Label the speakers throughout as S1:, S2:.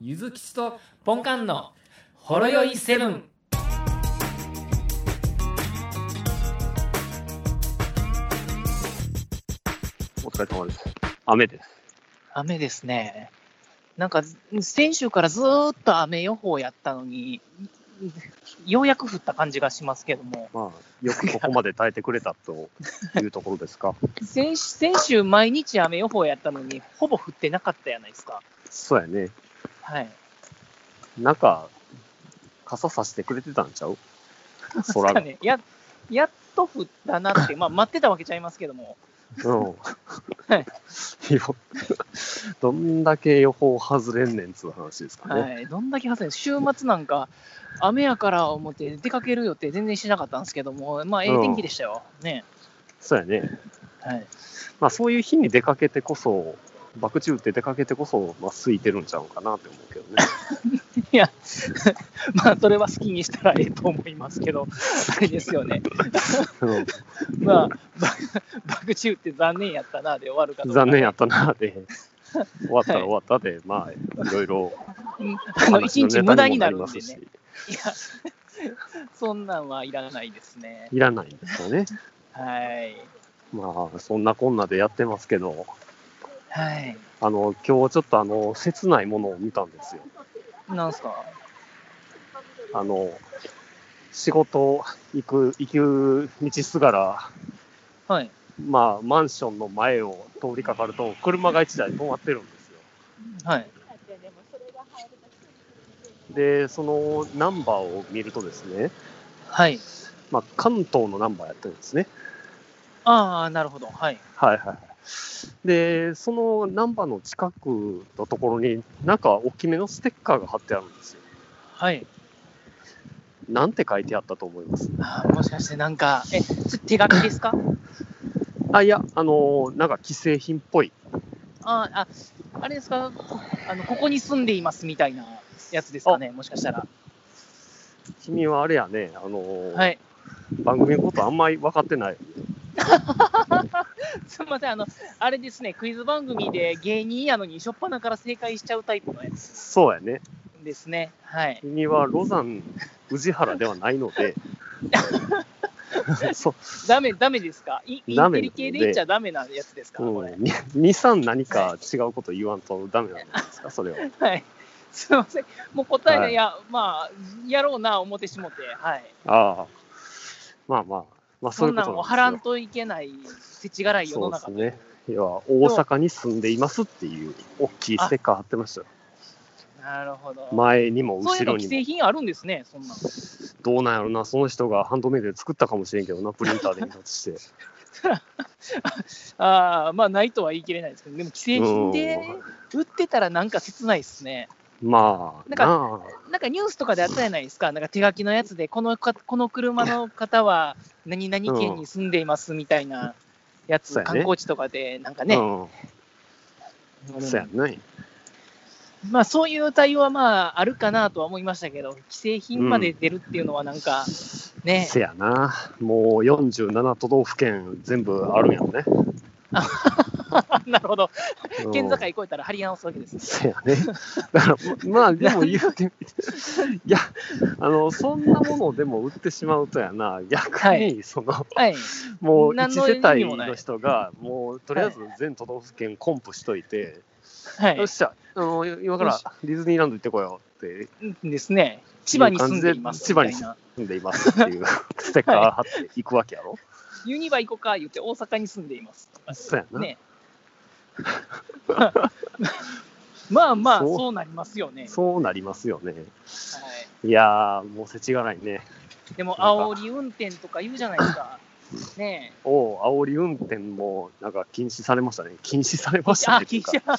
S1: ゆずきちとポンカンのほろよいセブン。
S2: お疲れ様です。雨です。
S3: 雨ですね。なんか、先週からずーっと雨予報やったのに、ようやく降った感じがしますけども、
S2: まあ、よくここまで耐えてくれたと いうところですか。
S3: 先先週毎日雨予報やったのに、ほぼ降ってなかったやないですか。
S2: そうやね。
S3: はい。
S2: なんか、傘さしてくれてたんちゃう空
S3: 確か
S2: が。
S3: ね、ややっと降ったなって、まあ待ってたわけちゃいますけども、
S2: うん。
S3: はい
S2: いや。どんだけ予報外れんねんつう話ですかね。
S3: はい。どんだけ外れ週末なんか、雨やから思って出かける予定全然しなかったんですけども、まあええ天気でしたよ。ね。
S2: そうやね。
S3: はい。
S2: まあ、そういう日に出かけてこそ、爆打って出かけてこそ、まあ、空いてるんちゃうかなって思うけどね。
S3: いや、まあ、それは好きにしたらええと思いますけど、あれですよね。
S2: うん
S3: まあ、 バク宙って残念やったな、で終わるかどうか。
S2: 残念やったなで、終わったら終わったで、まあ、いろいろ
S3: うんあの、
S2: 話
S3: 一
S2: の
S3: 日
S2: ネ
S3: 無
S2: タ
S3: 駄
S2: に
S3: に
S2: もな
S3: な
S2: り
S3: るんで
S2: ます
S3: ね
S2: し。、
S3: いや、そんなんはいらないですね。
S2: いらないんですよね。
S3: はい。
S2: まあ、そんなこんなでやってますけど、
S3: はい。
S2: あの、今日ちょっとあの、切ないものを見たんですよ。
S3: なんすか
S2: あの、仕事行く、行く道すがら、
S3: はい。
S2: まあ、マンションの前を通りかかると、車が1台止まってるんですよ。
S3: はい。
S2: で、そのナンバーを見るとですね、
S3: はい。
S2: まあ、関東のナンバーやってるんですね。
S3: ああ、なるほど。はい。
S2: はいはいはい。で、そのナンバーの近くのところに、なんか大きめのステッカーが貼ってあるんですよ。
S3: はい。
S2: なんて書いてあったと思います
S3: あーもしかしてなんか、え、ちょっと手書きですか
S2: あ、いや、あのーなんか既製品っぽい。
S3: あーあ、あれですかあの、ここに住んでいますみたいなやつですかね、もしかしたら。
S2: 君はあれやね、あのー
S3: はい。
S2: 番組のことあんまり分かってない。
S3: すみません、あの、あれですね、クイズ番組で芸人やのに、しょっぱなから正解しちゃうタイプのやつ
S2: そうやね。
S3: ですね。はい。
S2: 君はロザン、宇治原ではないの で、そ
S3: ダメ、ダメですかイイ
S2: ダ
S3: ン
S2: メ
S3: テリ系で言っちゃダメなやつですか、
S2: う、う
S3: これ。
S2: ん、に23何か違うこと言わんとダメなんじゃないですか、それは。
S3: はい。 すみません、もう答えない、
S2: はい
S3: い、や、まあ、やろうな、思ってしもて、はい。
S2: ああ。まあまあ、まあそ
S3: そ
S2: い
S3: う
S2: うんこ
S3: な
S2: と
S3: ん
S2: なん
S3: を
S2: です
S3: は
S2: よ
S3: らんといけない、せちがらい世の中
S2: そうですね。要は大阪に住んでいますっていう大きいステッカー貼ってましたよ。
S3: なるほど。
S2: 前にも
S3: そうい
S2: 後
S3: うの
S2: ろ
S3: 既
S2: にも。
S3: 製品あるんですね、そんなの。
S2: どうなんやろな、その人がハンドメイドで作ったかもしれんけどな、プリンターで印刷して。
S3: ああ、まあ、ないとは言い切れないですけど、でも既製品で
S2: うん
S3: 売ってたらなんか切ないですね。
S2: まあ、
S3: なんか
S2: な
S3: なんかニュースとかであったじゃないですか、なんか手書きのやつで、このかこの車の方は何々県に住んでいますみたいなやつ、
S2: そうやね
S3: 観光地とかで、なんか
S2: あ、
S3: ね、
S2: うん、そうやんない。
S3: まあ、そういう対応はまああるかなとは思いましたけど、既製品まで出るっていうのは、なんかね、
S2: せやな、もう47都道府県全部あるんやろね。
S3: なるほど、
S2: うん
S3: 県境越えたら張り直すわけですね。
S2: せやね。だから、まあ、でも言うてみ て、いや、あの、そんなものでも売ってしまうとやな、逆
S3: は
S2: に、その、
S3: はい、
S2: もう
S3: 何
S2: 1
S3: の
S2: 世
S3: 意味
S2: 帯
S3: もない
S2: の人が、もうとりあえず全都道府県コンプしといて、
S3: はい
S2: よっ、しゃ、あの今からディズニーランド行ってこようって
S3: ですね、千葉に住んでいますみた
S2: 千
S3: い
S2: 葉
S3: な、
S2: 住んでいますって いうステッカー貼っていくわけやろ。
S3: ユニバ行こうか言って、大阪に住んでいますとか
S2: そうやな、
S3: ね。 まあまあ、
S2: そう
S3: そうなりますよね。
S2: そうなりますよね。
S3: はい
S2: やー、もうせちがないね。
S3: い、でも、
S2: なんか
S3: 煽り運転とか言うじゃないですか。ねえ。
S2: おう、煽り運転もなんか禁止されましたね。禁止されました
S3: あ、
S2: ねってい
S3: 禁
S2: うか。
S3: 止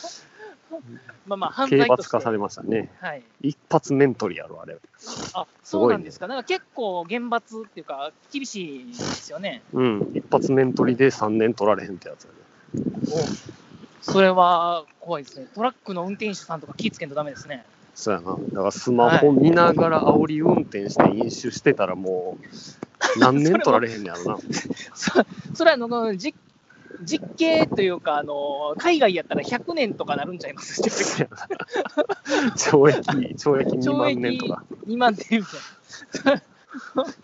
S3: まあまあ、犯罪
S2: 刑
S3: として
S2: 罰化されましたね。
S3: はい。
S2: 一発面取りやろ、あれ。
S3: あ、
S2: すごいね
S3: そうなんですか。なんか結構、厳罰っていうか、厳しいんですよね。
S2: うん、一発面取りで3年取られへんってやつやね。
S3: それは怖いですね。トラックの運転手さんとか気ぃつけんとダメですね。
S2: そうやな。だからスマホ見ながら煽り運転して飲酒してたらもう、何年取られへんのやろな。
S3: そそれはあの、じ実刑というか、あの、海外やったら100年とかなるんちゃいます
S2: 懲役、懲役2
S3: 懲
S2: 万年と
S3: 役
S2: か、
S3: 2万年みたいな。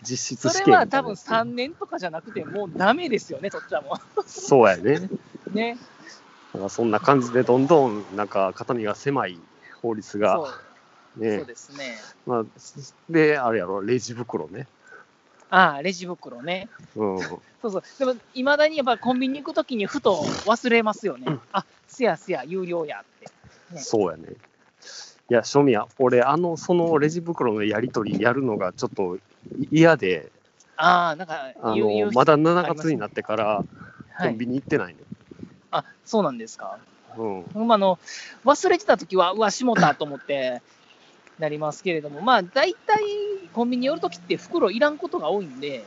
S2: 実質
S3: そ
S2: 試
S3: れ
S2: 験
S3: は多分3年とかじゃなくて、もうダメですよね、とっちゃんも。
S2: そうやね。
S3: ね。
S2: なんかそんな感じで、どんどん、なんか、肩身が狭い法律
S3: そ
S2: が、
S3: うそ
S2: ね
S3: う。ですね。
S2: まあ、で、あれやろ、レジ袋ね。
S3: ああ、レジ袋ね。
S2: うん。
S3: そうそう。でも、いまだにやっぱコンビニ行くときにふと忘れますよね。あ、せやせや、有料やって。ね
S2: そうやね。いや、庶民は、俺、あの、そのレジ袋のやり取りやるのがちょっと嫌で、
S3: ああ、なんか
S2: あ
S3: 言う、言う
S2: の、
S3: 人
S2: まだ7月になってから、
S3: は
S2: コン
S3: い。
S2: ビニ行ってないね。
S3: あ、そうなんですか。
S2: うん。
S3: ほんまあの、忘れてたときは、うわ、しもたと思って、なりますけれども、まあ、大体、コンビニ寄るときって袋いらんことが多いんで、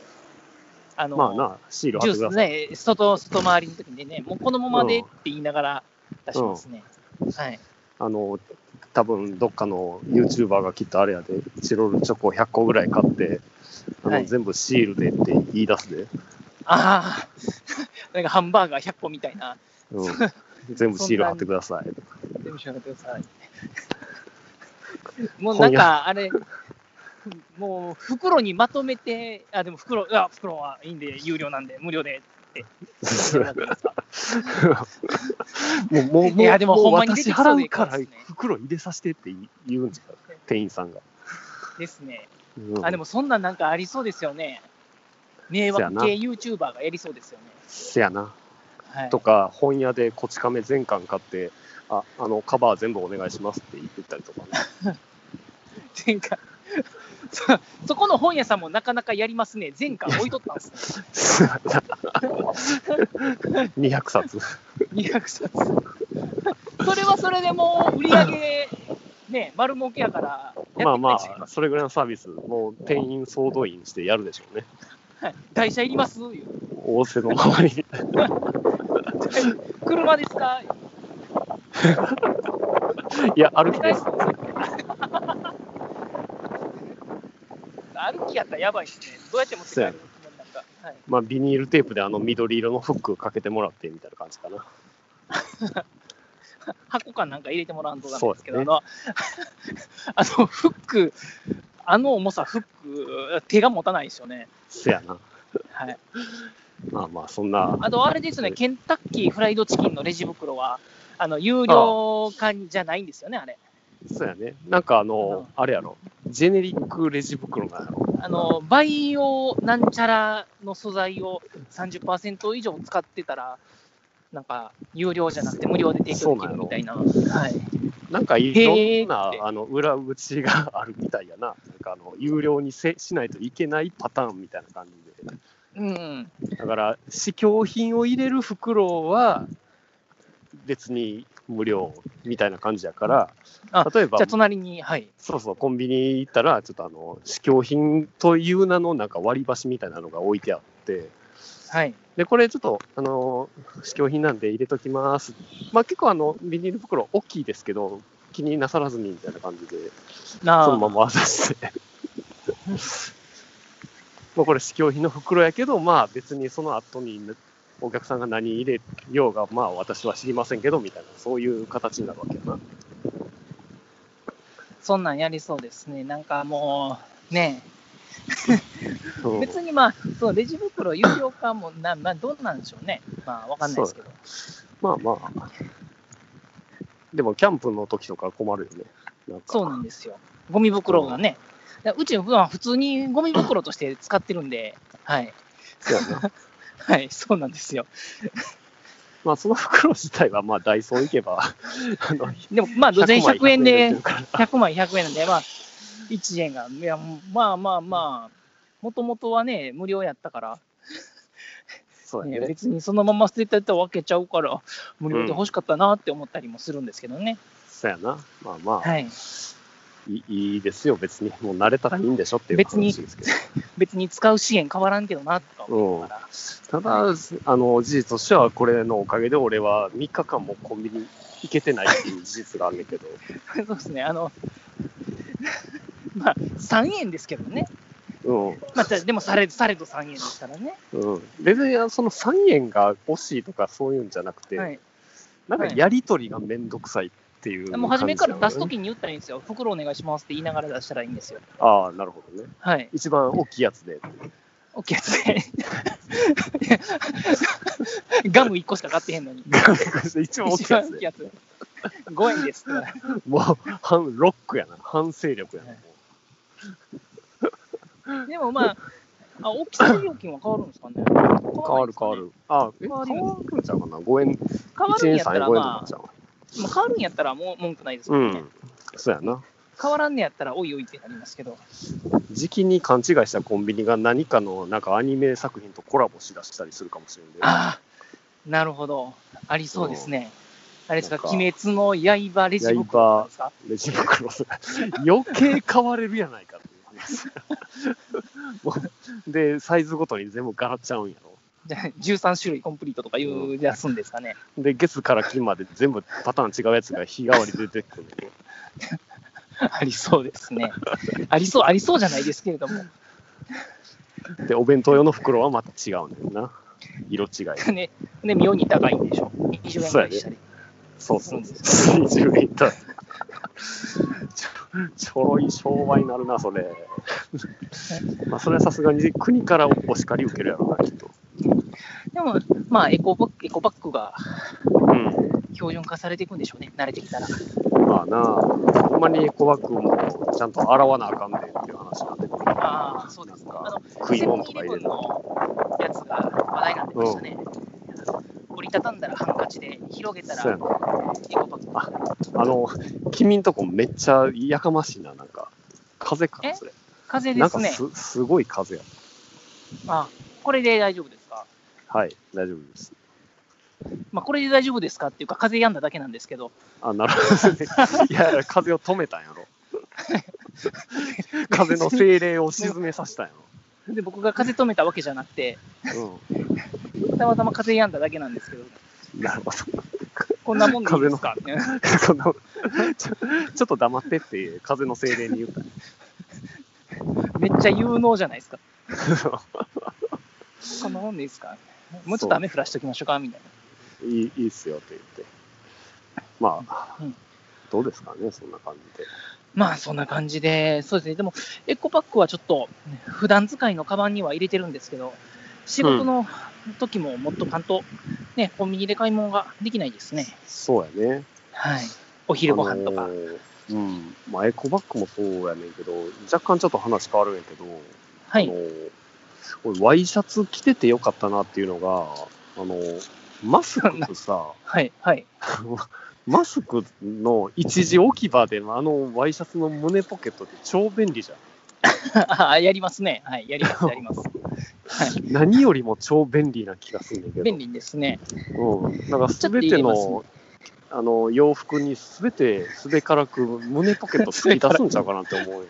S3: あの、
S2: まあな、シール貼
S3: ジ
S2: っ
S3: ュ
S2: てくだ
S3: ース
S2: さい。
S3: ね、外、外回りのときにね、もうこのままでって言いながら出しますね。はい。
S2: あの、多分どっかの YouTuber がきっとあれやで、チロルチョコ100個ぐらい買って、あの、
S3: はい
S2: 全部シールでって言い出すで。
S3: ああ、なんかハンバー ガー100個みたいな。
S2: うん、全部シール貼ってください。
S3: 全部調べてください。 もうなんか、あれ、もう袋にまとめて、あ、でも袋、あ、袋はいいんで、有料なんで、無 料で。
S2: もう、もう、
S3: いやでも
S2: う
S3: ほんまに出て
S2: 私
S3: きそう
S2: 払
S3: で
S2: うから
S3: いいですね
S2: 袋入れさせてって言うんじゃん、店員さんが。
S3: ですね。
S2: うん
S3: あ、でもそんなんなんかありそうですよね。迷惑系 YouTuber がやりそうですよね。
S2: せやな。
S3: はい
S2: と、か、本屋でこち亀全巻買って、あ、あの、カバー全部お願いしますって言ってたりとか、ね、
S3: 前回 そそこの本屋さんもなかなかやりますね。前回置いとったんですね。
S2: 200冊。
S3: 200冊。それはそれでもう売り上げ、ね、丸儲けやから、
S2: まあま
S3: やっていきたい
S2: あ、それぐらいのサービス、もう店員総動員してやるでしょうね。
S3: しはい台車いります言う
S2: 大勢の周りに。
S3: 車ですか
S2: いや、歩き
S3: 台
S2: で
S3: 車
S2: す。
S3: 歩きやったらやばいですね。どうやって持って帰るのなんか、はい、
S2: まあ、ビニールテープであの緑色のフックかけてもらってみたいな感じかな。
S3: 箱かなんか入れてもらわんとダメですけ
S2: そ
S3: ど、
S2: う
S3: あのあのフック、あの重さ、フック、手が持たないですよね。
S2: せやな。
S3: はい、
S2: まあまあ、そんな。
S3: あと、あれですね、ケンタッキーフライドチキンのレジ袋は、あの有料化じゃないんですよね、あれ。
S2: そうやね。なんかあの、あれやろ。ジェネリックレジ袋なんやろ。
S3: あの、バイオなんちゃらの素材を30%以上使ってたら、なんか、有料じゃなくて無料で提供できるみたいな。はい。
S2: なんかいろ
S3: へ
S2: ん
S3: ー
S2: な
S3: って
S2: あの裏打ちがあるみたいやな。なんかあの、有料にせしないといけないパターンみたいな感じで。
S3: うん。
S2: だから、試供品を入れる袋は、別に無料みたいな感じやから
S3: あ、
S2: 例えば
S3: じゃあ、、隣に、はい。
S2: そうそう、コンビニ行ったら、ちょっとあの、試供品という名のなんか割り箸みたいなのが置いてあって、
S3: はい。
S2: で、これちょっと、あの、試供品なんで入れときます。まあ結構あの、ビニール袋大きいですけど、気になさらずにみたいな感じで、
S3: なあ、
S2: そのまま渡して。 まあこれ試供品の袋やけど、まあ別にその後にお客さんが何入れようが、まあ私は知りませんけど、みたいな、そういう形になるわけやな。
S3: そんなんやりそうですね。なんかもう、ね
S2: うん
S3: 別にまあ、そう、レジ袋有料化もな、まあ、どうなんでしょうね。まあ、わかんないですけど。
S2: まあまあ。でも、キャンプの時とか困るよね。なんか
S3: そうなんですよ。ゴミ袋がね。だうちは普通にゴミ袋として使ってるんで、はい。
S2: そうやな。
S3: はい、そうなんですよ。
S2: まあ、その袋自体は、まあ、ダイソー行けば、あの、
S3: でも、まあ、全員100円で、
S2: 100
S3: 100枚100円なんで、まあ、1円が、いや、まあまあまあ、もともとはね、無料やったから、
S2: そう
S3: ね
S2: やね。
S3: 別にそのまま捨ててたわけちゃうから、無料で欲しかったなって思ったりもするんですけどね。
S2: そうやな。まあまあ、
S3: はい。
S2: い、いいですよ、別に。もう慣れたらいいんでしょっていう
S3: 別に
S2: 話ですけど。
S3: 別に使う支援変わらんけどな、とか思うから。
S2: ただ、あの、事実としては、これのおかげで俺は3日間もコンビニ行けてないっていう事実があるんだ けど、
S3: そうですね、あの、まあ、3円ですけどね。
S2: うん。
S3: まあ、たでもされされど3円ですからね。
S2: うん。別に、その3円が惜しいとかそういうんじゃなくて、
S3: はい、
S2: なんかやりとりがめんどくさいっていう感じ、
S3: もう初めから出すときに言ったらいいんですよ。袋お願いしますって言いながら出したらいいんですよ。
S2: ああ、なるほどね。
S3: はい。
S2: 一番大きいやつ で。
S3: 大きいやつで。 ガム1個しか買ってへんのに。
S2: 一番大き
S3: 一
S2: いや
S3: 番
S2: つ
S3: 大きい
S2: で。
S3: やつ。5円です。
S2: もう、反ロックやな。反勢力やな。
S3: でもまあ、あ大きさで料金は変わるんですかね。変
S2: 変
S3: わ
S2: わ
S3: らない
S2: る
S3: ですか
S2: 変わ。
S3: ね
S2: る。ああ、え変
S3: 変わ
S2: わ
S3: るよ
S2: るんちゃうかな。5円、
S3: 変わ
S2: 1
S3: るん
S2: 円
S3: やった
S2: 3円
S3: ら、
S2: 5円とか
S3: ま
S2: ちゃう
S3: あ、もう変わるんやったらもう文句ないですけ
S2: う
S3: どね。
S2: ん。そうやな。
S3: 変わらんねやったら、おいおいってなりますけど。
S2: 時期に勘違いしたコンビニが何かの、なんかアニメ作品とコラボしだしたりするかもしれんで。
S3: ああ、なるほど。ありそうですね。あれですか、
S2: なんか
S3: 鬼滅の刃レジ袋なんですか
S2: レジ袋、余計買われるやないかっていう話。もう で、サイズごとに全部ガラっちゃうんやろ。
S3: じゃあ13種類コンプリートとか言うやすんですかね。
S2: で、月から金まで全部パターン違うやつが日替わりで出てくるんやろ。
S3: ありそうですね。ありそう、ありそうじゃないですけれども。
S2: で、お弁当用の袋はまた違うんだよな。色違い。
S3: ね、ね妙に高いんでしょ。20円ぐらいしたり。
S2: そうそうそう。20円いた。ちょちょろい商売になるな、それ。まあ、それはさすがに国からお叱り受けるやろな、きっと。
S3: でも、まあエコバッグ、エコバッグが
S2: うん。
S3: 標準化されていくんでしょうね。慣れてきたら。
S2: まあなあ、ほんまにエコバッグもちゃんと洗わなあかんねんっていう話になってくる。
S3: ああ、そうですか。あの、
S2: 食い物とか入れ
S3: セ
S2: る。
S3: ブンイレブンのやつが話題になってましたね。折りたたんだらハンカチで広げた
S2: そうや
S3: ら
S2: な。
S3: エコバッグ。
S2: あの、君んとこめっちゃやかましいな、なんか。風かな、
S3: え
S2: それ。
S3: 風
S2: な
S3: で
S2: ん
S3: す
S2: か
S3: ね。
S2: すすごい風や。
S3: あ、これで大丈夫ですか。
S2: はい、大丈夫です。
S3: まあ、これで大丈夫ですかっていうか、風邪病んだだけなんですけど、
S2: あ、なるほどね。 いや、風を止めたんやろ。風の精霊を沈めさせたんや
S3: で僕が風邪止めたわけじゃなくて、
S2: ろ。
S3: たまたま風邪病んだだけなんですけど、
S2: うん。なるほど。
S3: こんなもんでいいですかって。
S2: そのちょちょっと黙ってって、風の精霊に言った。
S3: めっちゃ有能じゃない ですか。こんなもんでいいですかもうちょっと雨降らしておきましょうかみたい
S2: いいいいっすよって言って。まあ、
S3: うん
S2: どうですかね、そんな感じで。
S3: な。まあ、そんな感じで、そうですね。でも、エコパックはちょっと、普段使いのカバンには入れてるんですけど、仕事の時ももっとちゃんと、ね、コンビニで買い物ができないですね。
S2: そうやね。
S3: はい。お昼ご飯とか。
S2: あのーうん。まあ、エコバッグもそうやねんけど、若干ちょっと話変わるんやけど、
S3: は
S2: あの
S3: い。
S2: ー俺ワイシャツ着ててよかったなっていうのが、あのーマスクと さ、
S3: はい。はい。
S2: マスクの一時置き場でのあのワイシャツの胸ポケットって超便利じゃん。
S3: あやりますね。はい、やります、やり ます。はい、
S2: 何よりも超便利な気がするんだけど。
S3: 便利ですね。
S2: うん、なんか
S3: ちょ
S2: す
S3: っと
S2: べ
S3: 入
S2: て
S3: れますね
S2: のあの洋服にすべてすべからく胸ポケット突き出すんちゃうかなって思う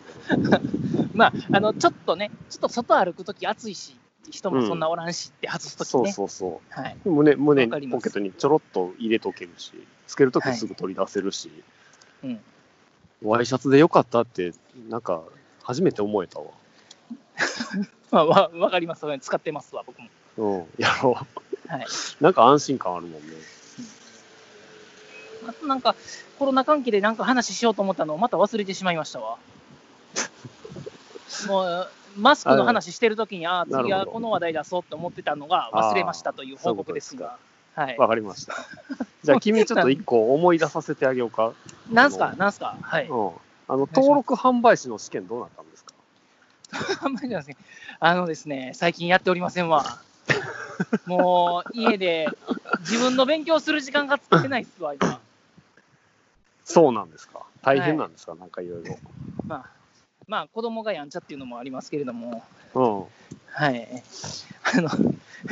S2: んやけど。
S3: まあ、あの、ちょっとね、ちょっと外歩くとき暑いし、人もそんなおらんしって 外すとき
S2: そう
S3: ね、
S2: そうそ
S3: はい。
S2: う。胸、胸
S3: わかりま
S2: ポ
S3: す
S2: ケットにちょろっと入れとけるし、つけるときすぐ取り出せるし、
S3: うん。
S2: ワイシャツでよかったって、なんか初めて思えたわ。
S3: まあ、わわかります、わかります使ってますわ、僕も。
S2: うん、やろ
S3: はい。
S2: う。 なんか安心感あるもんね。
S3: あとなんか、コロナ関係でなんか話しようと思ったのをまた忘れてしまいましたわ。 もう、マスクの話してるときに、ああー、次
S2: なる
S3: は
S2: ほど
S3: この話題出そうって思ってたのが忘れましたという報告ですが。はい。
S2: わかりま した。じゃあ君ちょっと一個思い出させてあげようか。
S3: なんすか、なんすか。はい。
S2: うん。あの、登録販売士の試験どうなったんですか
S3: あんまりじゃないですね。あのですね、最近やっておりませんわ。もう家で自分の勉強する時間が作ってないっすわ、今。
S2: そうなんですか。大変なんですか、なんかいろいろ。
S3: まあ、まあ、子供がやんちゃっていうのもありますけれども、
S2: うん。
S3: はい。あの、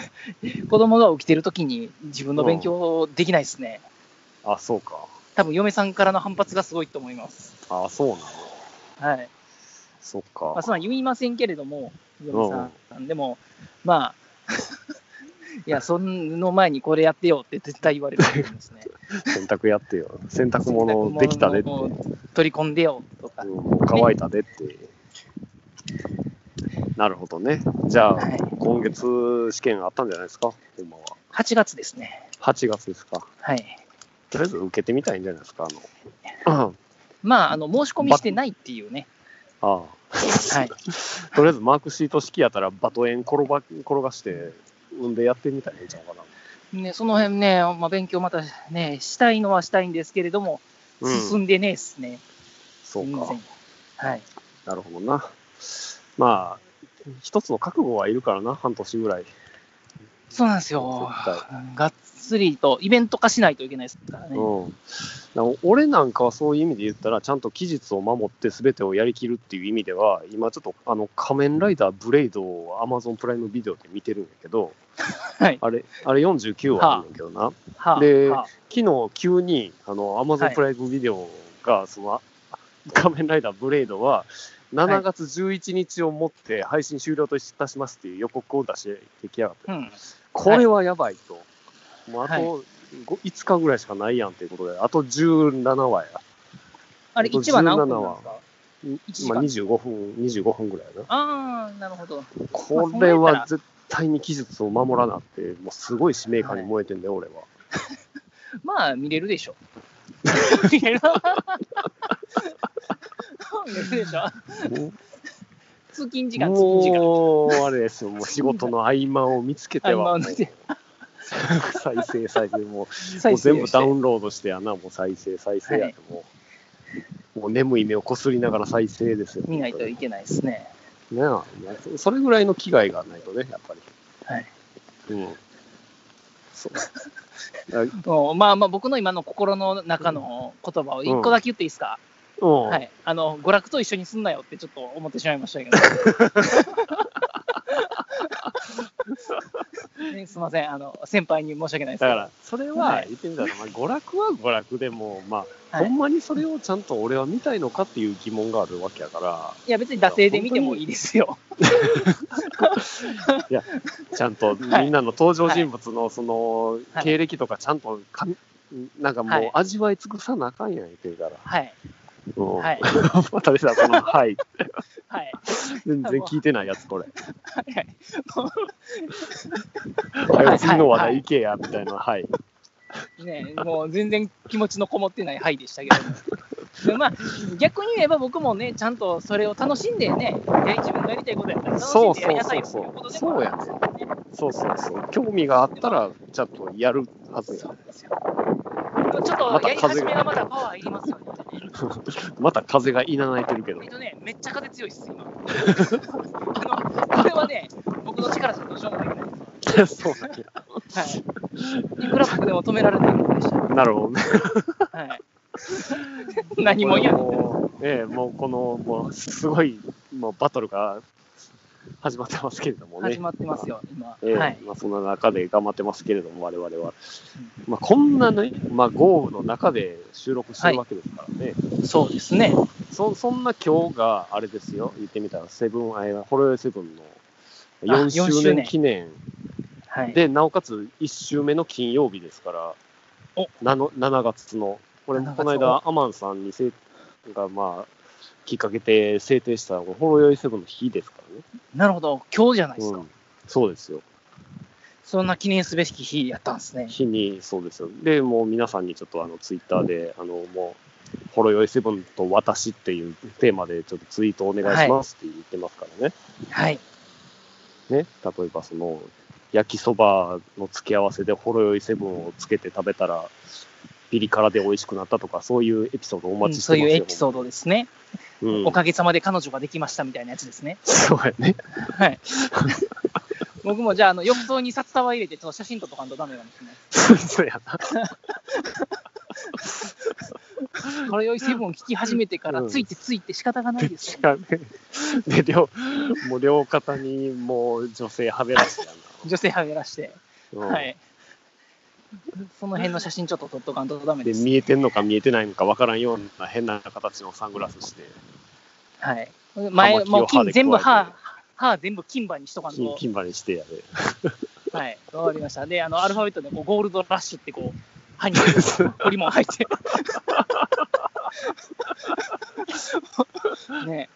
S3: 子供が起きてるときに自分の勉強できないっすね。
S2: あ、そうか。
S3: 多分嫁さんからの反発がすごいと思います。
S2: あ、そうなの。
S3: はい。
S2: そっ
S3: まあ、
S2: か。
S3: そんなん言いませんけれども、嫁さん。でも、まあ、 いや、その前にこれやってよって絶対言われると思いますね。
S2: 洗濯やってよ。洗濯物できたでって。
S3: もう取り込んでよとか
S2: う、ん、もう乾いたでって。なるほどね。じゃあ、
S3: はい
S2: 今月試験あったんじゃないですか、ほんまは。
S3: 8月ですね。
S2: 8月ですか。
S3: はい。
S2: とりあえず受けてみたらいいんじゃないですか、あの。うん
S3: まあ、あの、申し込みしてないっていうね。
S2: ああ。
S3: はい。
S2: とりあえずマークシート式やったらバトエン転ば転がして産んでやってみたらいいんちゃうかな。
S3: ね、その辺ね、まあ、勉強またね、したいのはしたいんですけれども、
S2: うん
S3: 進んでねえっすね。
S2: そう
S3: 全
S2: か
S3: 然。はい。
S2: なるほどな。まあ、一つの覚悟はいるからな、半年ぐらい。
S3: そうなんですよ
S2: 絶。
S3: がっつりとイベント化しないといけないですからね。
S2: うん、だから俺なんかはそういう意味で言ったら、ちゃんと期日を守って全てをやりきるっていう意味では、今ちょっとあの仮面ライダーブレイドを Amazon プライムビデオで見てるんやけど、
S3: はい
S2: あれあれ49話あるんやけどな、
S3: はあ
S2: で
S3: はあ
S2: 昨日急にあの Amazon プライムビデオが、その仮面ライダーブレイドは、7月11日をもって配信終了といたしますっていう予告を出して出来上がって
S3: うん。
S2: これはやばいと。もうあ
S3: はい
S2: とご5日ぐらいしかないやんということで、あと17話や。
S3: あれ、
S2: えっと
S3: 1話何分なんですか時間
S2: まあ、25分、25分ぐらいやな。
S3: ああ、なるほど。
S2: これは絶対に技術を守らなって、もうすごい使命感に燃えてんだよ、俺は。
S3: まあ、見れるでしょ。 見れる見れるでしょ。通勤時間、通勤時間。
S2: もう、あれです よ、もう仕事の合間を見つけては、
S3: 合
S2: も
S3: 間
S2: う
S3: を見て
S2: 再生、再生、もうも
S3: 再
S2: う全部ダウ
S3: ン。
S2: ンロードしてやな、もう再生、再生やって、もう、もう眠い目をこすりながら再生ですよ。
S3: 見ないといけないですね。
S2: ねえまあそそれぐらいの危害がないとね、やっぱり。
S3: はい。
S2: うん。そう。あうん
S3: もうまあまあ、僕の今の心の中の言葉を一個だけ言っていいですか、はい。あの、娯楽と一緒にすんなよってちょっと思ってしまいましたけど。 ねすみません。あの、先輩に申し訳ないで
S2: だ
S3: すけ
S2: か
S3: ど。
S2: ら、 それ
S3: は
S2: はい言ってみたら、まあ、娯楽は娯楽でも、まあ、
S3: はい
S2: ほんまにそれをちゃんと俺は見たいのかっていう疑問があるわけや か
S3: いや、別に惰性で見てもいいですよ。
S2: ら、ちゃんとみん
S3: はい
S2: なの登場人物のその
S3: はい
S2: 経歴とかちゃんとかんなんかも
S3: は
S2: う
S3: い
S2: 味わい尽くさなあかんやん、言ってみたら。
S3: はい。
S2: うん
S3: はい。
S2: また出た、こ の、はい。
S3: はい。
S2: 全然聞いてないやつ、これ。
S3: はい。
S2: はい、次の話題行けや、みたいな、はい。
S3: ね、もう全然気持ちのこもってないはいでしたけ ど、でまあ、逆に言えば僕もね、ちゃんとそれを楽しんでね、いや自分がやりたいことやったら楽し
S2: そ
S3: ん
S2: う
S3: でや
S2: そう
S3: りなさい
S2: そう
S3: よって
S2: そ
S3: いう
S2: う。そ
S3: ことで
S2: うやね。そうそうそう。興味があったら、ちゃんとやるはずや
S3: そ。うですよちょっとやり始めがまだパワーいりますよね。
S2: また風がいなないてるけ ど
S3: えっ。とね、めっちゃ風強いっす、今。あの、これはね、僕の力じゃどうしようもないぐ
S2: そうなんや
S3: らいです。はい。いくら僕でも止められないことでした。
S2: なるほどね。
S3: はい。何も言う。
S2: もう。ええ、もうこの、もうすごい、もうバトルが始まってますけれどもね。
S3: 始まってますよ、今。
S2: ええ
S3: はい。
S2: まあ、そんな中で頑張ってますけれども、我々は。まあ、こんなね、まあ、豪雨の中で収録してるわけですからね。
S3: そうですね。
S2: そそんな今日があれですよ、言ってみたら、セブン、あれホロヨイセブンの
S3: あ
S2: 4
S3: 4
S2: 周
S3: 周
S2: 年
S3: 年
S2: 記念
S3: はい。
S2: で、なおかつ1週目の金曜日ですから、
S3: お
S2: なの7月の、これ、
S3: 7月
S2: この間、アマンさんにせが、まあ、きっかけで制定した、これホロヨイセブンの日ですからね。
S3: なるほど、今日じゃないですか。
S2: うん、そうですよ。
S3: そんな記念すべき日やったんですね。
S2: 日に、そうですよ。で、もう皆さんにちょっとあのツイッターで、あのもう、ホロヨイセブンと私っていうテーマで、ちょっとツイートお願いしますって言ってますからね。
S3: はい。
S2: ね、例えばその焼きそばの付け合わせでほろ酔いセブンをつけて食べたらピリ辛で美味しくなったとかそういうエピソードお
S3: うん
S2: 待ちして
S3: そ
S2: ま
S3: う
S2: すよ、
S3: いうエピソードですね、
S2: うん
S3: おかげさまで彼女ができましたみたいなやつですね。
S2: そうやね
S3: はい。僕もじゃあ、あの浴槽に札束入れて、ちょっと写真撮っとかんとダメなんですね。
S2: そうやな
S3: これよいセブン聞き始めてから、ついてついて仕方がな いです
S2: し
S3: よ、
S2: かねで両もう両肩にもう女性はべらしてや
S3: 女性はやらして。
S2: な、うん
S3: はい。その辺の写真ちょっと撮っとかんとダメ
S2: で
S3: です。
S2: 見えてんのか見えてないのかわからんような変な形のサングラスして
S3: はい。前、も
S2: 葉巻
S3: う
S2: を歯
S3: 金
S2: で
S3: 全部
S2: 加えて
S3: 歯、歯全部金歯にしとかん
S2: 金
S3: と。
S2: 金歯にしてや で
S3: はい、わかりました。で、あの、アルファベットでこうゴールドラッシュってこう、歯にホリモン入 って。ね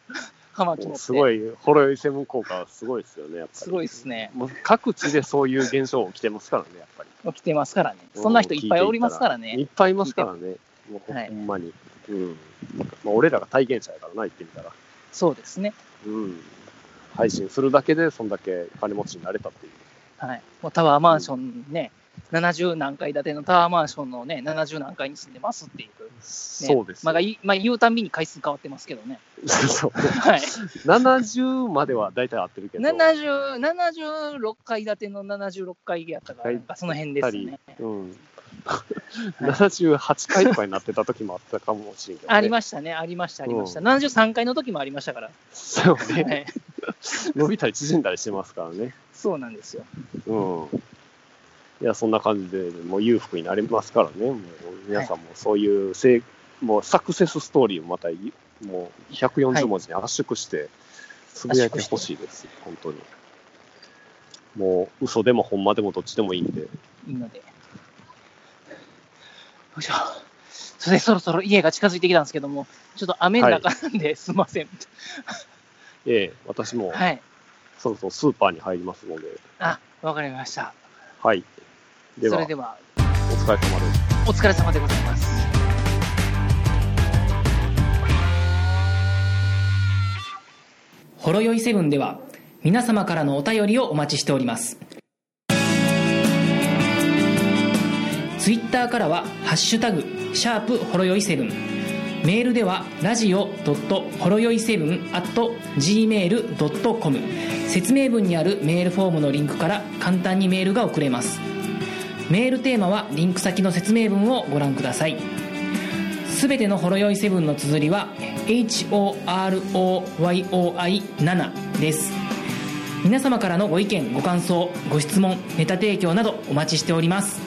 S3: 葉巻持って。
S2: すごい、 ほろ酔いセブン効果はすごいですよね、やっぱり。
S3: すごいですね。
S2: もう各地でそういう現象起きてますからね、やっぱり。
S3: 起きてますからね。そんな人いっぱいおりますから
S2: い
S3: ね。
S2: っぱいいますからね。もう
S3: はい
S2: ほんまに。うん。まあ、俺らが体験者やからな、言ってみたら。
S3: そうですね。
S2: うん。配信するだけで、そんだけ金持ちになれたっていう。
S3: はい。もうタワーマンションね、70何階建てのタワーマンションのね、70何階に住んでますっていう。ね
S2: そうですよ。
S3: まあ、いまあ、言うたんびに回数変わってますけどね。
S2: そう
S3: はい。
S2: 70までは大体合ってるけど。
S3: 70 76階建ての76階やったから、なんかその辺ですね。
S2: うん。78回とかになってた時もあったかもしれない、ね。
S3: ありましたね、ありました、ありました。73階の時もありましたから。
S2: そうね。
S3: はい。
S2: 伸びたり縮んだりしてますからね。
S3: そうなんですよ。
S2: うん。いや、そんな感じで、もう裕福になりますからね。もう皆さんもそういうせい、もうサクセスストーリーをまた、もう140文字に圧縮して、つぶやいてほしいです、本当に。もう、嘘でもほんまでもどっちでもいいんで。
S3: いいので。よいしょ。それでそろそろ家が近づいてきたんですけども、ちょっと雨の中なんで、すいません。
S2: ええ、私も、
S3: はい。
S2: そろそろスーパーに入りますので、
S3: あ、わかりました。
S2: はい。で
S3: そ
S2: は、
S3: れでは、
S2: お疲れ様です。
S3: お疲れ様でございます。
S1: ほろよいセブンでは皆様からのお便りをお待ちしておりますツイッターからは「ハッシュタグシャープほろよいセブン」メールではラジオほろよい7 gmail.com 説明文にあるメールフォームのリンクから簡単にメールが送れますメールテーマはリンク先の説明文をご覧くださいすべてのほろ酔いセブンの綴りは HOROYOI7 です皆様からのご意見ご感想ご質問ネタ提供などお待ちしております